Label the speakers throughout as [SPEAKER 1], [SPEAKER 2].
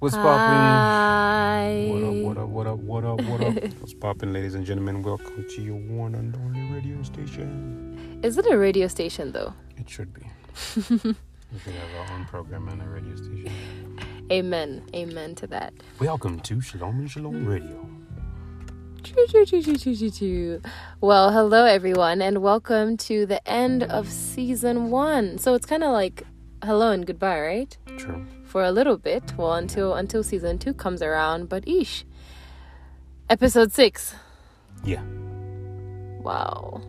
[SPEAKER 1] What's poppin'?
[SPEAKER 2] Hi.
[SPEAKER 1] What up, what up, what up, what up, what up? What's poppin', ladies and gentlemen? Welcome to your one and only radio station.
[SPEAKER 2] Is it a radio station though?
[SPEAKER 1] It should be. we should have our own program and a radio station.
[SPEAKER 2] Amen. Amen to that.
[SPEAKER 1] Welcome to Shalom and Shalom Radio.
[SPEAKER 2] Choo, choo, choo, choo, choo, choo, choo. Well, hello everyone, and welcome to the end of season one. So it's kind of like hello and goodbye, right?
[SPEAKER 1] True.
[SPEAKER 2] For a little bit, well, until until season two comes around. But ish, episode six.
[SPEAKER 1] Yeah,
[SPEAKER 2] Wow.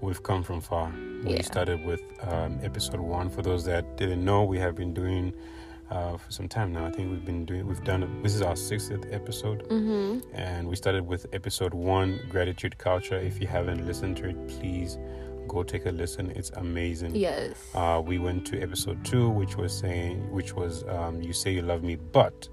[SPEAKER 1] we've come from far. We
[SPEAKER 2] Yeah.
[SPEAKER 1] started with um, episode one. For those that didn't know, we have been doing uh, for some time now. I think we've been doing. We've done. This is our 60th episode.
[SPEAKER 2] Mm-hmm.
[SPEAKER 1] and we started with episode one gratitude culture if you haven't listened to it please go take a listen it's amazing
[SPEAKER 2] Yes.
[SPEAKER 1] uh, we went to episode two which was saying which was um, you say you love me but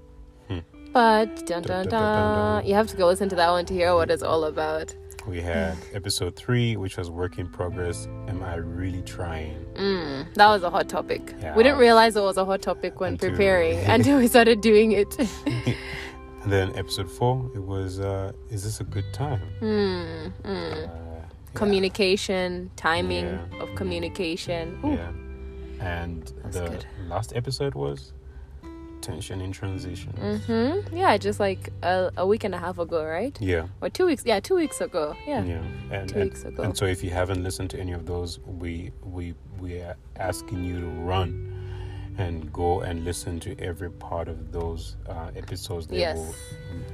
[SPEAKER 2] But
[SPEAKER 1] Dun, dun,
[SPEAKER 2] dun, dun,
[SPEAKER 1] dun, dun,
[SPEAKER 2] dun. you have to go listen to that one to hear what it's all about.
[SPEAKER 1] we had episode three which was work in progress am i really trying
[SPEAKER 2] Mm, that was a hot topic.
[SPEAKER 1] Yeah.
[SPEAKER 2] We didn't realize it was a hot topic when
[SPEAKER 1] Until-
[SPEAKER 2] preparing until we started doing it.
[SPEAKER 1] and then episode four it was uh, is this a good time
[SPEAKER 2] mm, mm.
[SPEAKER 1] uh, yeah.
[SPEAKER 2] Communication, timing
[SPEAKER 1] Yeah.
[SPEAKER 2] of communication. Ooh,
[SPEAKER 1] yeah and
[SPEAKER 2] That's
[SPEAKER 1] the
[SPEAKER 2] good.
[SPEAKER 1] last episode was tension in transition
[SPEAKER 2] Mm-hmm. Yeah, just like a, a week and a half ago, right?
[SPEAKER 1] yeah
[SPEAKER 2] Or two weeks. Yeah, two weeks ago. Yeah.
[SPEAKER 1] yeah and,
[SPEAKER 2] Two
[SPEAKER 1] and
[SPEAKER 2] weeks ago.
[SPEAKER 1] And so, if you haven't listened to any of those, we we we are asking you to run and go and listen to every part of those uh, episodes. They
[SPEAKER 2] Yes.
[SPEAKER 1] will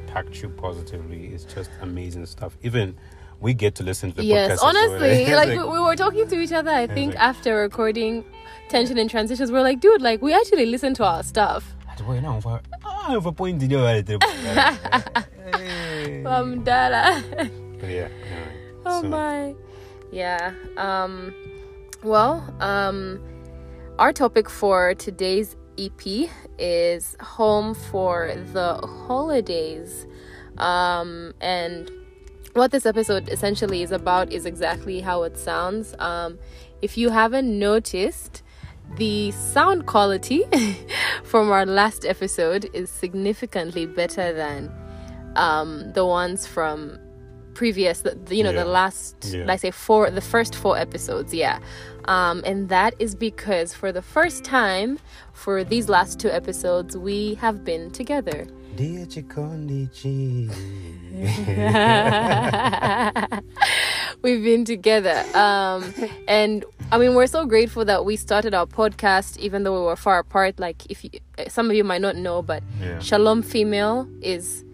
[SPEAKER 1] impact you positively. It's just amazing stuff. Even we get to listen to the podcast.
[SPEAKER 2] Yes,
[SPEAKER 1] as well.
[SPEAKER 2] honestly,
[SPEAKER 1] It's
[SPEAKER 2] like we, we were talking to each other. I think
[SPEAKER 1] like-
[SPEAKER 2] after recording tension and transitions, we are like, dude, like we actually listen to our stuff.
[SPEAKER 1] Wait, no, for- ah, for point the other way. Hey.
[SPEAKER 2] Um, Dada.
[SPEAKER 1] But yeah. anyway,
[SPEAKER 2] Oh
[SPEAKER 1] so-
[SPEAKER 2] my. Yeah. Um well, um our topic for today's EP is home for the holidays. Um and what this episode essentially is about is exactly how it sounds. Um if you haven't noticed the sound quality from our last episode is significantly better than um, the ones from previous the, the- you know the
[SPEAKER 1] Yeah.
[SPEAKER 2] last
[SPEAKER 1] Yeah.
[SPEAKER 2] like say four the first four episodes yeah um, and that is because for the first time for these last two episodes we have been together
[SPEAKER 1] Dear Chikondichi.
[SPEAKER 2] we've been together um and i mean we're so grateful that we started our podcast even though we were far apart like if you some of you might not know but
[SPEAKER 1] Yeah.
[SPEAKER 2] shalom female is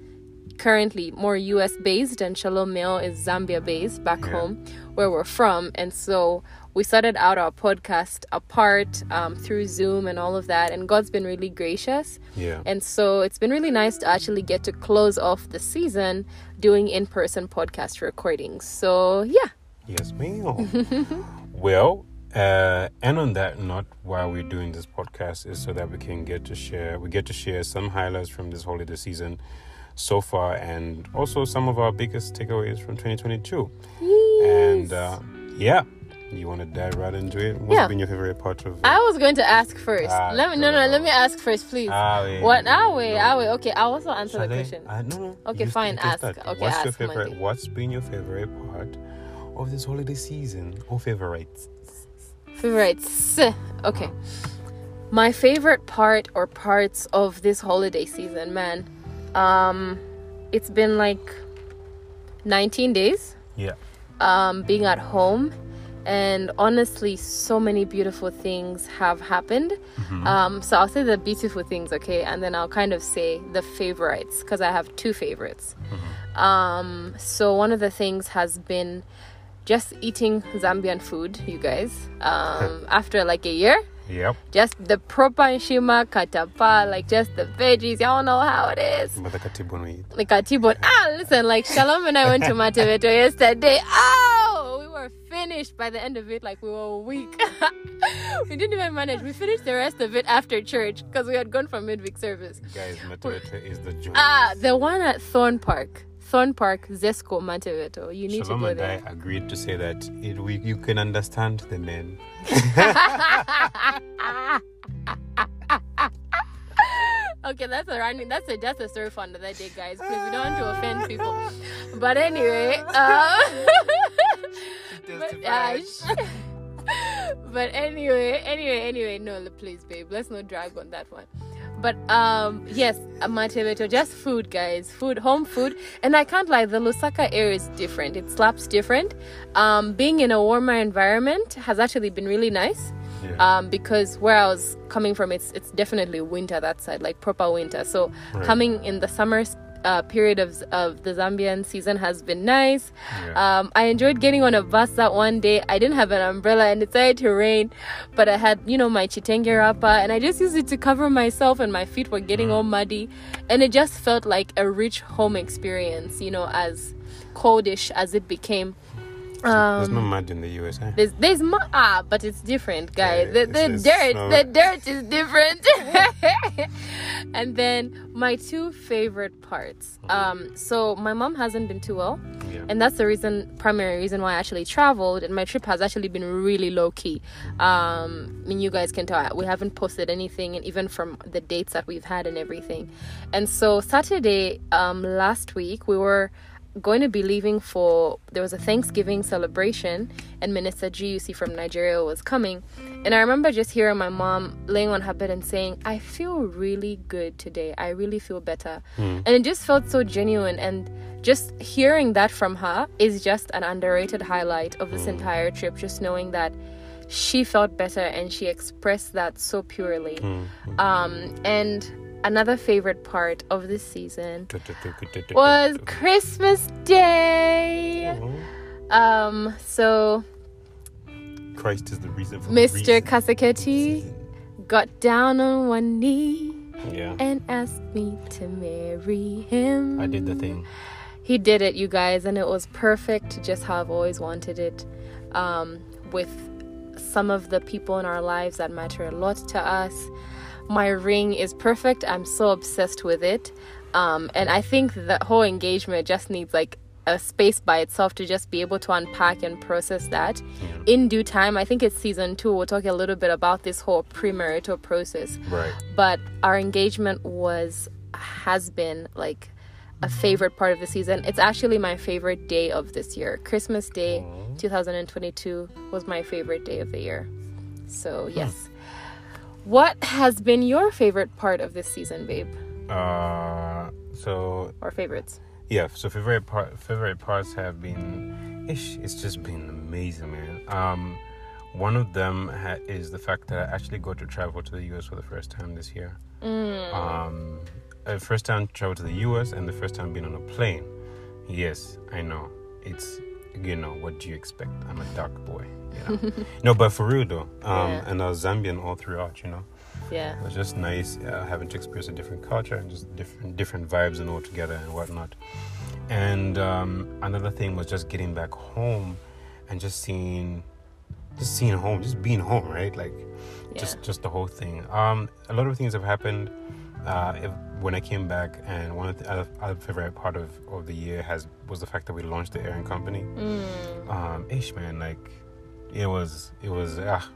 [SPEAKER 2] currently more us based and shalom male is zambia based back
[SPEAKER 1] Yeah.
[SPEAKER 2] home where we're from and so we started out our podcast apart um, through zoom and all of that and god's been really gracious
[SPEAKER 1] Yeah.
[SPEAKER 2] and so it's been really nice to actually get to close off the season doing in person podcast recordings. So, yeah.
[SPEAKER 1] Yes, ma'am. well, uh, and on that note, why we're doing this podcast is so that we can get to share, we get to share some highlights from this holiday season so far, and also some of our biggest takeaways from 2022. And uh, yeah, you want to dive right into it? What's
[SPEAKER 2] Yeah.
[SPEAKER 1] been your favorite part of?
[SPEAKER 2] I was going to ask first.
[SPEAKER 1] Ah,
[SPEAKER 2] let me no,
[SPEAKER 1] no,
[SPEAKER 2] no,
[SPEAKER 1] no.
[SPEAKER 2] let me ask first, please.
[SPEAKER 1] Ah, wait,
[SPEAKER 2] what?
[SPEAKER 1] no,
[SPEAKER 2] Ah, wait,
[SPEAKER 1] no.
[SPEAKER 2] ah, wait. Okay, I'll also answer
[SPEAKER 1] Shall
[SPEAKER 2] the
[SPEAKER 1] I?
[SPEAKER 2] question.
[SPEAKER 1] I- no, no. you
[SPEAKER 2] Okay,
[SPEAKER 1] st-
[SPEAKER 2] fine,
[SPEAKER 1] you can
[SPEAKER 2] ask.
[SPEAKER 1] start.
[SPEAKER 2] Okay,
[SPEAKER 1] What's your
[SPEAKER 2] ask,
[SPEAKER 1] favorite?
[SPEAKER 2] Mandy.
[SPEAKER 1] What's been your favorite part of this holiday season or favorites?
[SPEAKER 2] Favorites. Okay. My favorite part or parts of this holiday season, man. Um, it's been like 19 days.
[SPEAKER 1] Yeah.
[SPEAKER 2] um, being at home. And honestly, so many beautiful things have happened. Um, so I'll say the beautiful things, okay? And then I'll kind of say the favorites because I have two favorites. Um, so one of the things has been just eating Zambian food, you guys, um, after like a year.
[SPEAKER 1] Yep.
[SPEAKER 2] Just the proper Nshima, katapa, like just the veggies. Y'all know how it is
[SPEAKER 1] Mother Katibonwe.
[SPEAKER 2] the Katibot. Ah, listen, like Shalom and I went to Mateveto yesterday. Oh, we were finished by the end of it. Like we were weak. we didn't even manage. We finished the rest of it after church because we had gone from midweek service.
[SPEAKER 1] Guys, Matawete is the joint.
[SPEAKER 2] Ah, the one at Thorn Park. Thorn Park, Zesco, Mateveto. You need
[SPEAKER 1] Shalom
[SPEAKER 2] to go
[SPEAKER 1] and I
[SPEAKER 2] there.
[SPEAKER 1] agreed to say that it, we, you can understand the men.
[SPEAKER 2] Okay, that's a random, that's a that's a surf under that day, guys, because we don't want to offend people. But anyway, uh, but, uh, but anyway, anyway, anyway, no, please, babe, let's not drag on that one. But um, yes, matebeto, just food, guys, food, home food, and I can't lie, the Lusaka air is different. It slaps different. Um, being in a warmer environment has actually been really nice.
[SPEAKER 1] Yeah.
[SPEAKER 2] Um, because where I was coming from, it's it's definitely winter that side, like proper winter. So
[SPEAKER 1] Right.
[SPEAKER 2] coming in the summer uh, period of of the Zambian season has been nice. Um, I enjoyed getting on a bus that one day. I didn't have an umbrella and it started to rain, but I had you know my chitenge wrapper and I just used it to cover myself and my feet were getting all muddy, and it just felt like a rich home experience. You know, as coldish as it became.
[SPEAKER 1] There's no
[SPEAKER 2] Um,
[SPEAKER 1] mud in the eh? USA.
[SPEAKER 2] There's there's mu- ah, but it's different, guys.
[SPEAKER 1] Yeah,
[SPEAKER 2] the the
[SPEAKER 1] it's- it's
[SPEAKER 2] dirt,
[SPEAKER 1] not-
[SPEAKER 2] the dirt is different. and then my two favorite parts. Um, so my mom hasn't been too well,
[SPEAKER 1] Yeah.
[SPEAKER 2] and that's the reason, primary reason why I actually traveled. And my trip has actually been really low key. Um, I mean, you guys can tell we haven't posted anything, and even from the dates that we've had and everything. And so Saturday um, last week we were going to be leaving for there was a Thanksgiving celebration and Minister G you see from Nigeria was coming and I remember just hearing my mom laying on her bed and saying I feel really good today I really feel better and it just felt so genuine and just hearing that from her is just an underrated highlight of this entire trip just knowing that she felt better and she expressed that so purely um and another favorite part of this season was Christmas Day. Um, so
[SPEAKER 1] Christ is the reason for the
[SPEAKER 2] Mr.
[SPEAKER 1] reason.
[SPEAKER 2] Kasaketi got down on one knee
[SPEAKER 1] Yeah,
[SPEAKER 2] and asked me to marry him.
[SPEAKER 1] I did the thing.
[SPEAKER 2] He did it, you guys, and it was perfect, just how I've always wanted it. Um, with some of the people in our lives that matter a lot to us. My ring is perfect. I'm so obsessed with it. Um, and I think the whole engagement just needs like a space by itself to just be able to unpack and process that in due time. I think it's season two. We'll talk a little bit about this whole premarital process
[SPEAKER 1] Right.
[SPEAKER 2] but our engagement was has been like a
[SPEAKER 1] Mm-hmm.
[SPEAKER 2] favorite part of the season. It's actually my favorite day of this year. Christmas Day 2022 was my favorite day of the year. So, yes. What has been your favorite part of this season, babe?
[SPEAKER 1] Uh, so
[SPEAKER 2] Or favorites?
[SPEAKER 1] yeah, so favorite part, favorite parts have been, ish, it's just been amazing, man. Um, one of them ha- is the fact that I actually got to travel to the US for the first time this year. Um, uh, first time travel to the US and the first time being on a plane. Yes, I know. It's you know what do you expect? I'm a dark boy. You know? no, but for real though, um,
[SPEAKER 2] Yeah.
[SPEAKER 1] and I was Zambian all throughout. You know,
[SPEAKER 2] Yeah.
[SPEAKER 1] it was just nice uh, having to experience a different culture and just different different vibes and all together and whatnot. And um, another thing was just getting back home and just seeing, just seeing home, just being home, right? Like, just just the whole thing. Um, a lot of things have happened. Uh, if, when I came back, and one of the other, other favorite part of, of the year has was the fact that we launched the Aaron Company. Um, ish man, like it was it was ah,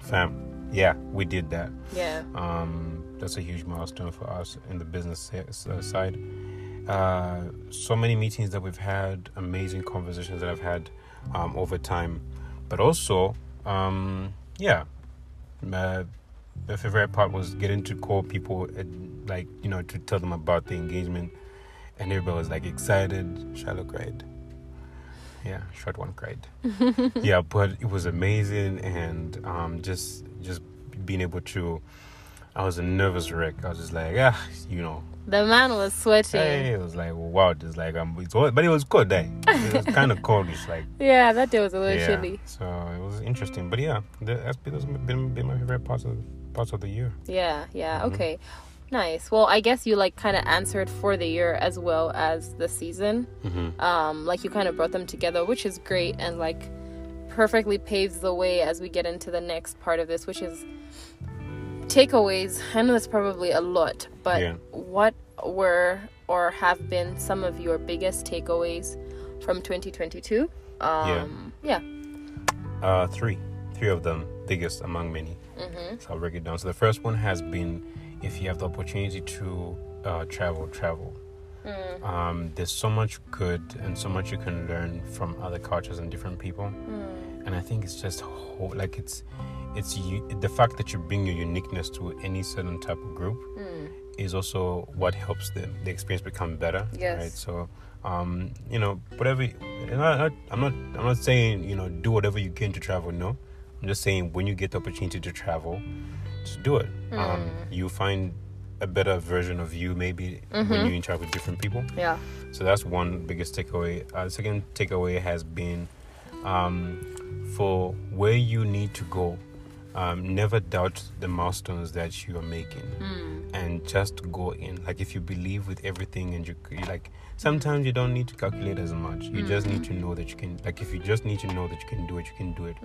[SPEAKER 1] fam, yeah, we did that.
[SPEAKER 2] Yeah.
[SPEAKER 1] Um, that's a huge milestone for us in the business s- uh, side. Uh, so many meetings that we've had, amazing conversations that I've had um, over time, but also, um, yeah, my, my favorite part was getting to call people, and, like you know, to tell them about the engagement, and everybody was like excited. Shallow cried. Yeah, short one cried. yeah, but it was amazing, and um, just just being able to I was a nervous wreck. I was just like, ah, you know,
[SPEAKER 2] The man was sweating.
[SPEAKER 1] hey, it was like, wow, just like, um, it's hot, but it was cold day. It was kind of coldish, like,
[SPEAKER 2] Yeah, that day was a little
[SPEAKER 1] yeah.
[SPEAKER 2] chilly.
[SPEAKER 1] So it was interesting, but yeah, the- that's been, those have been, been my favorite parts of parts of the year.
[SPEAKER 2] Yeah, yeah,
[SPEAKER 1] Mm-hmm.
[SPEAKER 2] okay. Nice. Well, I guess you like kind of answered for the year as well as the season.
[SPEAKER 1] Mm-hmm.
[SPEAKER 2] um, like you kind of brought them together, which is great and like perfectly paves the way as we get into the next part of this, which is takeaways. I know that's probably a lot, but
[SPEAKER 1] Yeah.
[SPEAKER 2] what were or have been some of your biggest takeaways from 2022? Um, yeah.
[SPEAKER 1] Uh, three, three of them, biggest among many. So I'll break it down. So the first one has been if you have the opportunity to uh, travel, travel. Um, there's so much good and so much you can learn from other cultures and different people. And I think it's just whole, like it's it's u- the fact that you bring your uniqueness to any certain type of group is also what helps the, the experience become better.
[SPEAKER 2] Yes.
[SPEAKER 1] Right. So, um, you know, whatever. And I, I, I'm not. I'm not saying you know do whatever you can to travel. No, I'm just saying when you get the opportunity to travel, just do it. Um, you find a better version of you maybe when you interact with different people.
[SPEAKER 2] Yeah.
[SPEAKER 1] So that's one biggest takeaway. Uh, second takeaway has been um, for where you need to go, um, never doubt the milestones that you are making and just go in. Like if you believe with everything and you, you like, sometimes you don't need to calculate as much. You just need to know that you can, like if you just need to know that you can do it, you can do it.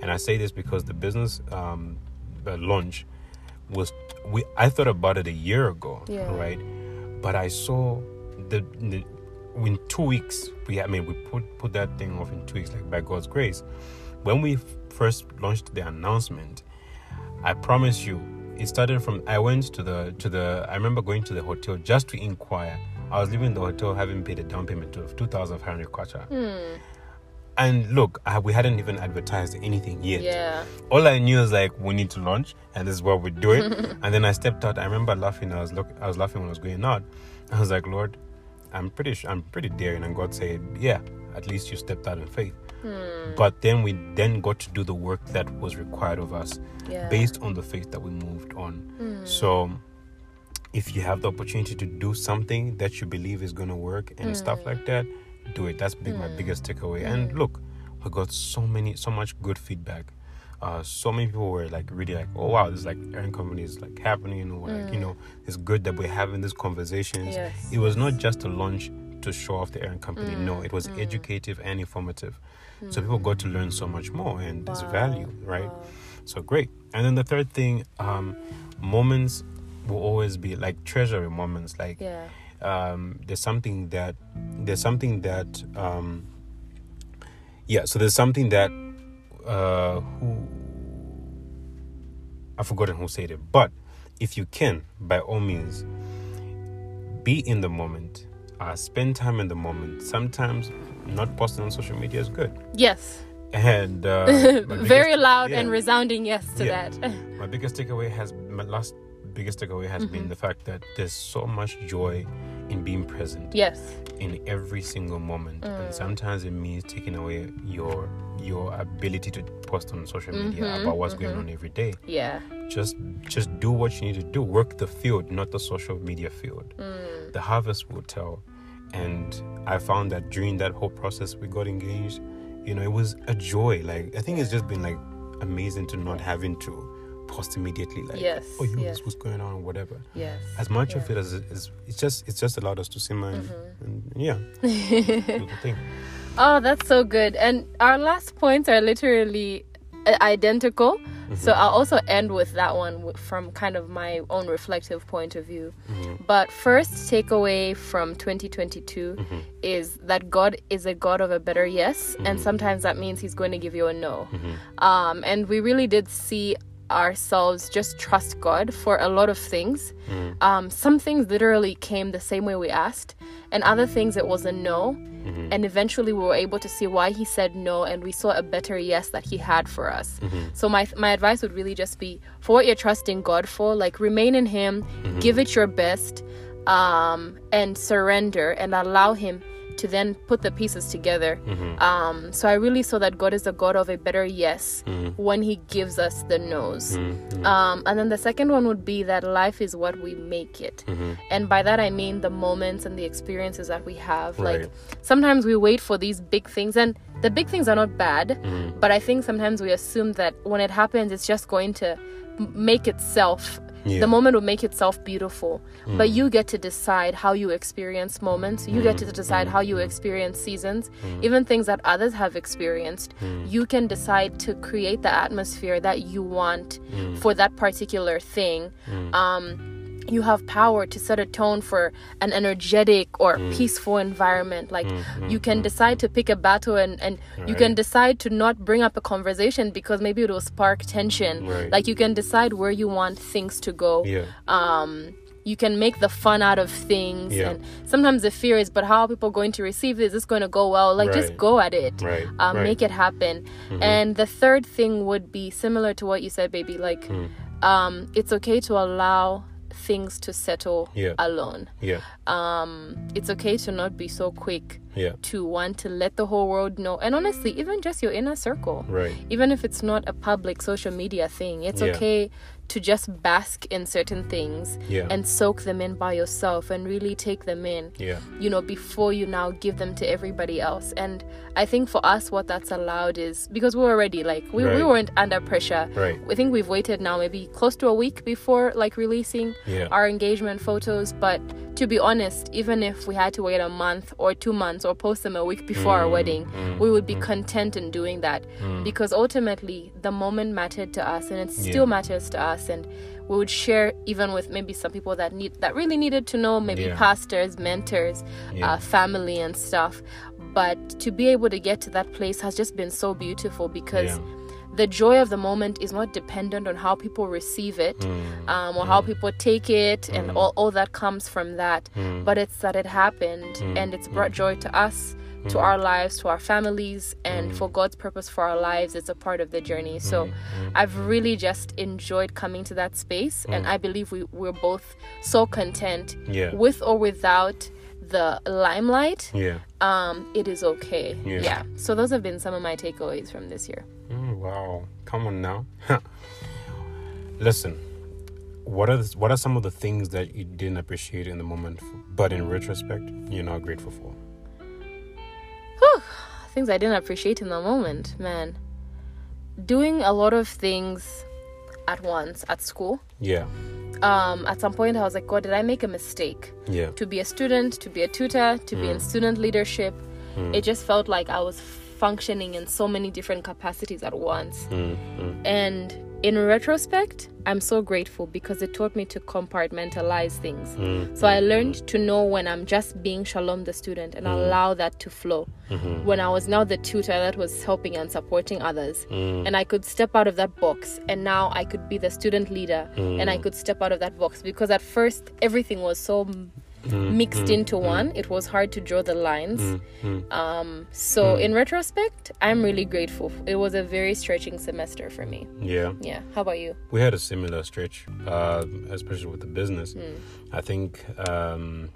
[SPEAKER 1] And I say this because the business um, uh, launch was, we I thought about it a year ago,
[SPEAKER 2] Yeah.
[SPEAKER 1] right? But I saw the, the in two weeks we I mean we put put that thing off in two weeks like by God's grace. When we f- first launched the announcement, I promise you, it started from I went to the to the I remember going to the hotel just to inquire. I was leaving the hotel having paid a down payment of two thousand five hundred kwacha. And look, I, we hadn't even advertised anything yet
[SPEAKER 2] Yeah.
[SPEAKER 1] all I knew was like we need to launch and this is what we do it. and then I stepped out. I remember laughing. I was look, I was laughing when I was going out. I was like, Lord, I'm pretty sure I'm pretty daring. And God said, Yeah, at least you stepped out in faith. But then we then got to do the work that was required of us
[SPEAKER 2] Yeah.
[SPEAKER 1] based on the faith that we moved on. So if you have the opportunity to do something that you believe is going to work and stuff like
[SPEAKER 2] Mm.
[SPEAKER 1] that, do it. That's big, my biggest takeaway. And look, we got so many, so much good feedback. Uh, so many people were like really like, oh wow, this like Aaron company is like happening, or like you know, it's good that we're having these conversations.
[SPEAKER 2] Mm. Yes. Mm,
[SPEAKER 1] It was not just a launch to show off the Aaron company. No, it was educative and informative. So people got to learn so much more, and it's value, right? So great. And then the third thing, um, moments will always be like treasury moments. Like
[SPEAKER 2] Yeah.
[SPEAKER 1] um, there's something that there's something that um, yeah. So there's something that uh, who I've forgotten who said it, but if you can, by all means, be in the moment. Uh, spend time in the moment. Sometimes not posting on social media is good.
[SPEAKER 2] Yes.
[SPEAKER 1] And uh, my
[SPEAKER 2] Very
[SPEAKER 1] biggest-
[SPEAKER 2] loud
[SPEAKER 1] yeah.
[SPEAKER 2] and resounding yes to
[SPEAKER 1] Yeah.
[SPEAKER 2] that.
[SPEAKER 1] my biggest takeaway has my last biggest takeaway has been the fact that there's so much joy in being present
[SPEAKER 2] yes.
[SPEAKER 1] in every single moment and sometimes it means taking away your your ability to post on social media about what's going on every day
[SPEAKER 2] Yeah.
[SPEAKER 1] just just do what you need to do work the field not the social media field
[SPEAKER 2] Mm.
[SPEAKER 1] the harvest will tell and i found that during that whole process we got engaged you know it was a joy like i think it's just been like amazing to not having to post immediately like
[SPEAKER 2] Yes,
[SPEAKER 1] oh you know
[SPEAKER 2] yes.
[SPEAKER 1] this was going on or whatever
[SPEAKER 2] Yes.
[SPEAKER 1] as much of it as it is it's just it's just allowed us to simmer and, and
[SPEAKER 2] Mm-hmm.
[SPEAKER 1] yeah do the thing.
[SPEAKER 2] Oh, that's so good. And our last points are literally i- identical. So I'll also end with that one w- from kind of my own reflective point of view. But first takeaway from 2022 is that God is a God of a better yes, and sometimes that means He's going to give you a no. Um, and we really did see ourselves just trust God for a lot of things. Um, some things literally came the same way we asked, and other things it was a no. And eventually we were able to see why he said no, and we saw a better yes that he had for us. So my my advice would really just be for what you're trusting God for, like remain in Him, give it your best, um, and surrender, and allow Him to then put the pieces together. Um, so I really saw that God is the God of a better yes when He gives us the no's. Um, and then the second one would be that life is what we make it. And by that I mean the moments and the experiences that we have.
[SPEAKER 1] Right.
[SPEAKER 2] Like sometimes we wait for these big things, and the big things are not bad, but I think sometimes we assume that when it happens, it's just going to m- make itself.
[SPEAKER 1] Yeah.
[SPEAKER 2] The moment will make itself beautiful, but you get to decide how you experience moments. You get to decide how you experience seasons, even things that others have experienced. You can decide to create the atmosphere that you want for that particular thing. Um, you have power to set a tone for an energetic or
[SPEAKER 1] Mm.
[SPEAKER 2] peaceful environment like you can decide to pick a battle and, and you can
[SPEAKER 1] Right.
[SPEAKER 2] decide to not bring up a conversation because maybe it will spark tension
[SPEAKER 1] Right.
[SPEAKER 2] like you can decide where you want things to go
[SPEAKER 1] Yeah.
[SPEAKER 2] um you can make the fun out of things
[SPEAKER 1] Yeah.
[SPEAKER 2] and sometimes the fear is but how are people going to receive this is this going to go well like just
[SPEAKER 1] Right.
[SPEAKER 2] go at it
[SPEAKER 1] Right.
[SPEAKER 2] um,
[SPEAKER 1] right. Mm-hmm.
[SPEAKER 2] make it happen and the third thing would be similar to what you said baby like
[SPEAKER 1] Hmm.
[SPEAKER 2] um it's okay to allow things to settle
[SPEAKER 1] Yeah.
[SPEAKER 2] alone
[SPEAKER 1] Yeah.
[SPEAKER 2] it's okay to not be so quick
[SPEAKER 1] Yeah.
[SPEAKER 2] to want to let the whole world know and honestly even just your inner circle
[SPEAKER 1] Mm. Right.
[SPEAKER 2] even if it's not a public social media thing it's
[SPEAKER 1] Yeah.
[SPEAKER 2] okay to just bask in certain things
[SPEAKER 1] Yeah.
[SPEAKER 2] and soak them in by yourself and really take them in
[SPEAKER 1] yeah.
[SPEAKER 2] you know before you now give them to everybody else and i think for us what that's allowed is because we're already like we, we
[SPEAKER 1] Right.
[SPEAKER 2] weren't under pressure
[SPEAKER 1] Right.
[SPEAKER 2] i think we've waited now maybe close to a week before like releasing
[SPEAKER 1] Yeah.
[SPEAKER 2] our engagement photos but to be honest even if we had to wait a month or two months or post them a week before our
[SPEAKER 1] Mm,
[SPEAKER 2] wedding we would be content in doing that because ultimately the moment mattered to us and it still
[SPEAKER 1] Yeah.
[SPEAKER 2] matters to us and we would share even with maybe some people that need that really needed to know maybe
[SPEAKER 1] Yeah.
[SPEAKER 2] pastors mentors
[SPEAKER 1] Yeah.
[SPEAKER 2] uh, family and stuff but to be able to get to that place has just been so beautiful because
[SPEAKER 1] Yeah.
[SPEAKER 2] the joy of the moment is not dependent on how people receive it
[SPEAKER 1] Hmm.
[SPEAKER 2] um, or how people take it and all, all that comes from that
[SPEAKER 1] Hmm.
[SPEAKER 2] but it's that it happened and it's brought joy to us
[SPEAKER 1] Hmm.
[SPEAKER 2] to our lives to our families and for god's purpose for our lives it's a part of the journey
[SPEAKER 1] Hmm.
[SPEAKER 2] so i've really just enjoyed coming to that space and i believe we, we're both so content
[SPEAKER 1] Hmm. Yeah.
[SPEAKER 2] with or without the limelight
[SPEAKER 1] Yeah.
[SPEAKER 2] um it is okay
[SPEAKER 1] Yeah.
[SPEAKER 2] yeah so those have been some of my takeaways from this year
[SPEAKER 1] Mm, wow. Come on now. Listen. What are the, what are some of the things that you didn't appreciate in the moment, but in retrospect, you're now grateful for?
[SPEAKER 2] things I didn't appreciate in the moment, man. Doing a lot of things at once at school.
[SPEAKER 1] Yeah.
[SPEAKER 2] Um, at some point, I was like, God, did I make a mistake?
[SPEAKER 1] Yeah.
[SPEAKER 2] To be a student, to be a tutor, to be in student leadership, it just felt like I was functioning in so many different capacities at once. And in retrospect, I'm so grateful because it taught me to compartmentalize things. So I learned to know when I'm just being Shalom the student and allow that to flow. When I was now the tutor that was helping and supporting others, and I could step out of that box, and now I could be the student leader and I could step out of that box because at first everything was so m- mixed into one, it was hard to draw the lines. Um, so in retrospect, I'm really grateful. It was a very stretching semester for me.
[SPEAKER 1] Yeah.
[SPEAKER 2] Yeah. How about you?
[SPEAKER 1] we had a similar stretch, uh, especially with the business. I think um,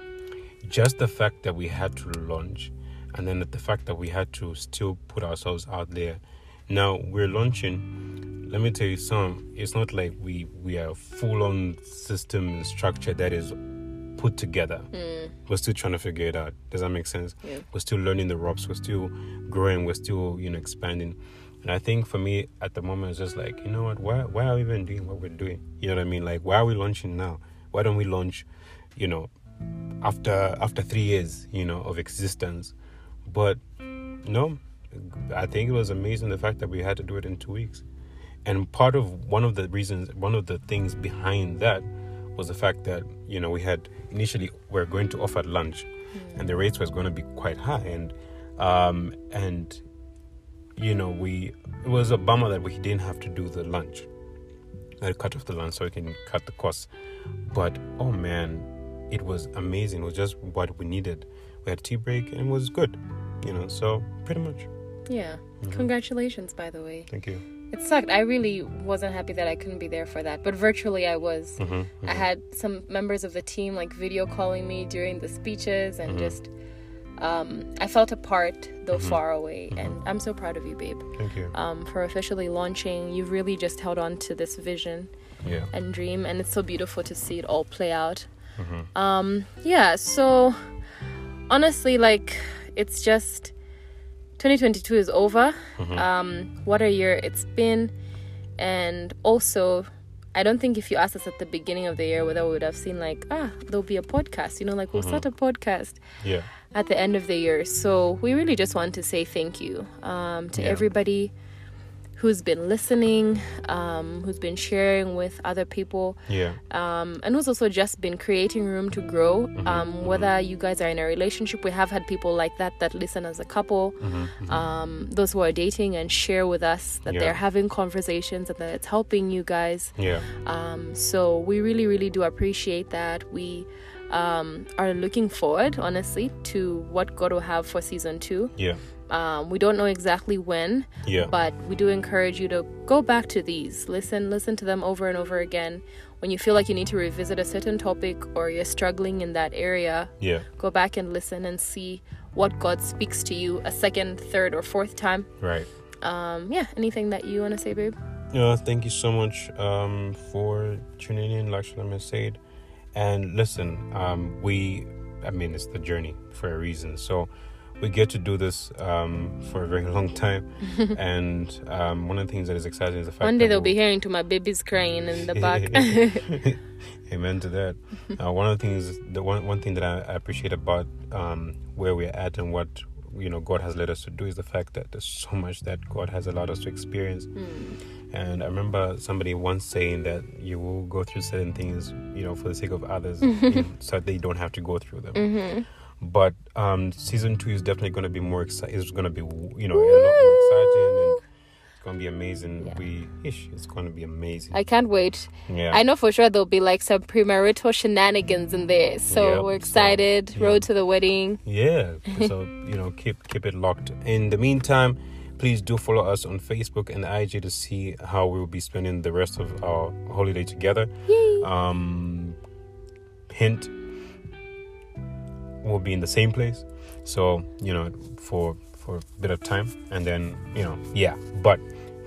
[SPEAKER 1] just the fact that we had to launch, and then the fact that we had to still put ourselves out there. Now we're launching. Let me tell you some. It's not like we we are full on system and structure that is put together. We're still trying to figure it out. Does that make sense?
[SPEAKER 2] Yeah.
[SPEAKER 1] We're still learning the ropes. We're still growing. We're still you know expanding. And I think for me at the moment it's just like you know what? Why why are we even doing what we're doing? You know what I mean? Like why are we launching now? Why don't we launch? You know, after after three years you know of existence, but no, I think it was amazing the fact that we had to do it in two weeks. And part of one of the reasons, one of the things behind that was the fact that, you know, we had initially we are going to offer lunch and the rates was going to be quite high. And, um, and, you know, we, it was a bummer that we didn't have to do the lunch. I cut off the lunch so we can cut the cost. But oh man, it was amazing. It was just what we needed. We had tea break and it was good, you know, so pretty much.
[SPEAKER 2] Yeah. Congratulations, by the way.
[SPEAKER 1] Thank you.
[SPEAKER 2] It sucked. I really wasn't happy that I couldn't be there for that, but virtually I was. I had some members of the team like video calling me during the speeches and just um, I felt apart though far away. And I'm so proud of you, babe,
[SPEAKER 1] Thank you.
[SPEAKER 2] um, for officially launching. You've really just held on to this vision
[SPEAKER 1] Yeah.
[SPEAKER 2] and dream, and it's so beautiful to see it all play out. Um, yeah, so honestly, like it's just 2022 is over. Um, what a year it's been, and also. I don't think if you asked us at the beginning of the year whether we would have seen like ah there'll be a podcast you know like we'll start a podcast
[SPEAKER 1] Yeah.
[SPEAKER 2] at the end of the year. So we really just want to say thank you um, to
[SPEAKER 1] Yeah.
[SPEAKER 2] everybody who's been listening, um, who's been sharing with other people,
[SPEAKER 1] Yeah.
[SPEAKER 2] um, and who's also just been creating room to grow. Um, whether you guys are in a relationship, we have had people like that that listen as a couple,
[SPEAKER 1] Mm-hmm,
[SPEAKER 2] um, those who are dating, and share with us that
[SPEAKER 1] Yeah.
[SPEAKER 2] they're having conversations and that it's helping you guys.
[SPEAKER 1] Yeah.
[SPEAKER 2] Um, so we really, really do appreciate that. We um, are looking forward, honestly, to what God will have for season two.
[SPEAKER 1] Yeah.
[SPEAKER 2] Um, we don't know exactly when,
[SPEAKER 1] Yeah.
[SPEAKER 2] but we do encourage you to go back to these, listen, listen to them over and over again. When you feel like you need to revisit a certain topic or you're struggling in that area,
[SPEAKER 1] Yeah.
[SPEAKER 2] go back and listen and see what God speaks to you a second, third, or fourth time.
[SPEAKER 1] Right.
[SPEAKER 2] Um, yeah, anything that you want to say, babe?
[SPEAKER 1] Uh, thank you so much um, for tuning in, like Shalom said. And listen, um, we, I mean, it's the journey for a reason. So we get to do this um, for a very long time. and um, one of the things that is exciting is the fact
[SPEAKER 2] One day
[SPEAKER 1] that
[SPEAKER 2] they'll
[SPEAKER 1] we'll-
[SPEAKER 2] be hearing to my babies crying in the back.
[SPEAKER 1] Amen to that. Uh, one of the things, the one one thing that I, I appreciate about um, where we're at and what you know God has led us to do is the fact that there's so much that God has allowed us to experience.
[SPEAKER 2] Hmm.
[SPEAKER 1] And I remember somebody once saying that you will go through certain things, you know, for the sake of others, in- so that they don't have to go through them.
[SPEAKER 2] Mm-hmm.
[SPEAKER 1] But um, season two is definitely going to be more exciting. It's going to be, you know, a lot more exciting and it's going to be amazing.
[SPEAKER 2] Yeah.
[SPEAKER 1] We, ish, it's going to be amazing.
[SPEAKER 2] I can't wait.
[SPEAKER 1] yeah.
[SPEAKER 2] I know for sure there'll be like some premarital shenanigans in there. So
[SPEAKER 1] Yep,
[SPEAKER 2] we're
[SPEAKER 1] so,
[SPEAKER 2] excited.
[SPEAKER 1] yeah.
[SPEAKER 2] Road to the wedding.
[SPEAKER 1] yeah so you know keep keep it locked in the meantime please do follow us on facebook and ig to see how we will be spending the rest of our holiday together
[SPEAKER 2] Yay.
[SPEAKER 1] um hint we'll be in the same place so you know for for a bit of time and then you know yeah but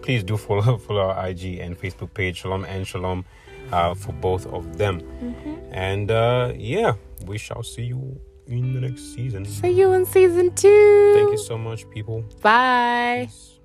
[SPEAKER 1] please do follow follow our ig and facebook page shalom and shalom uh, for both of them and uh yeah we shall see you in the next season
[SPEAKER 2] See you in season two.
[SPEAKER 1] Thank you so much, people.
[SPEAKER 2] Bye.
[SPEAKER 1] Peace.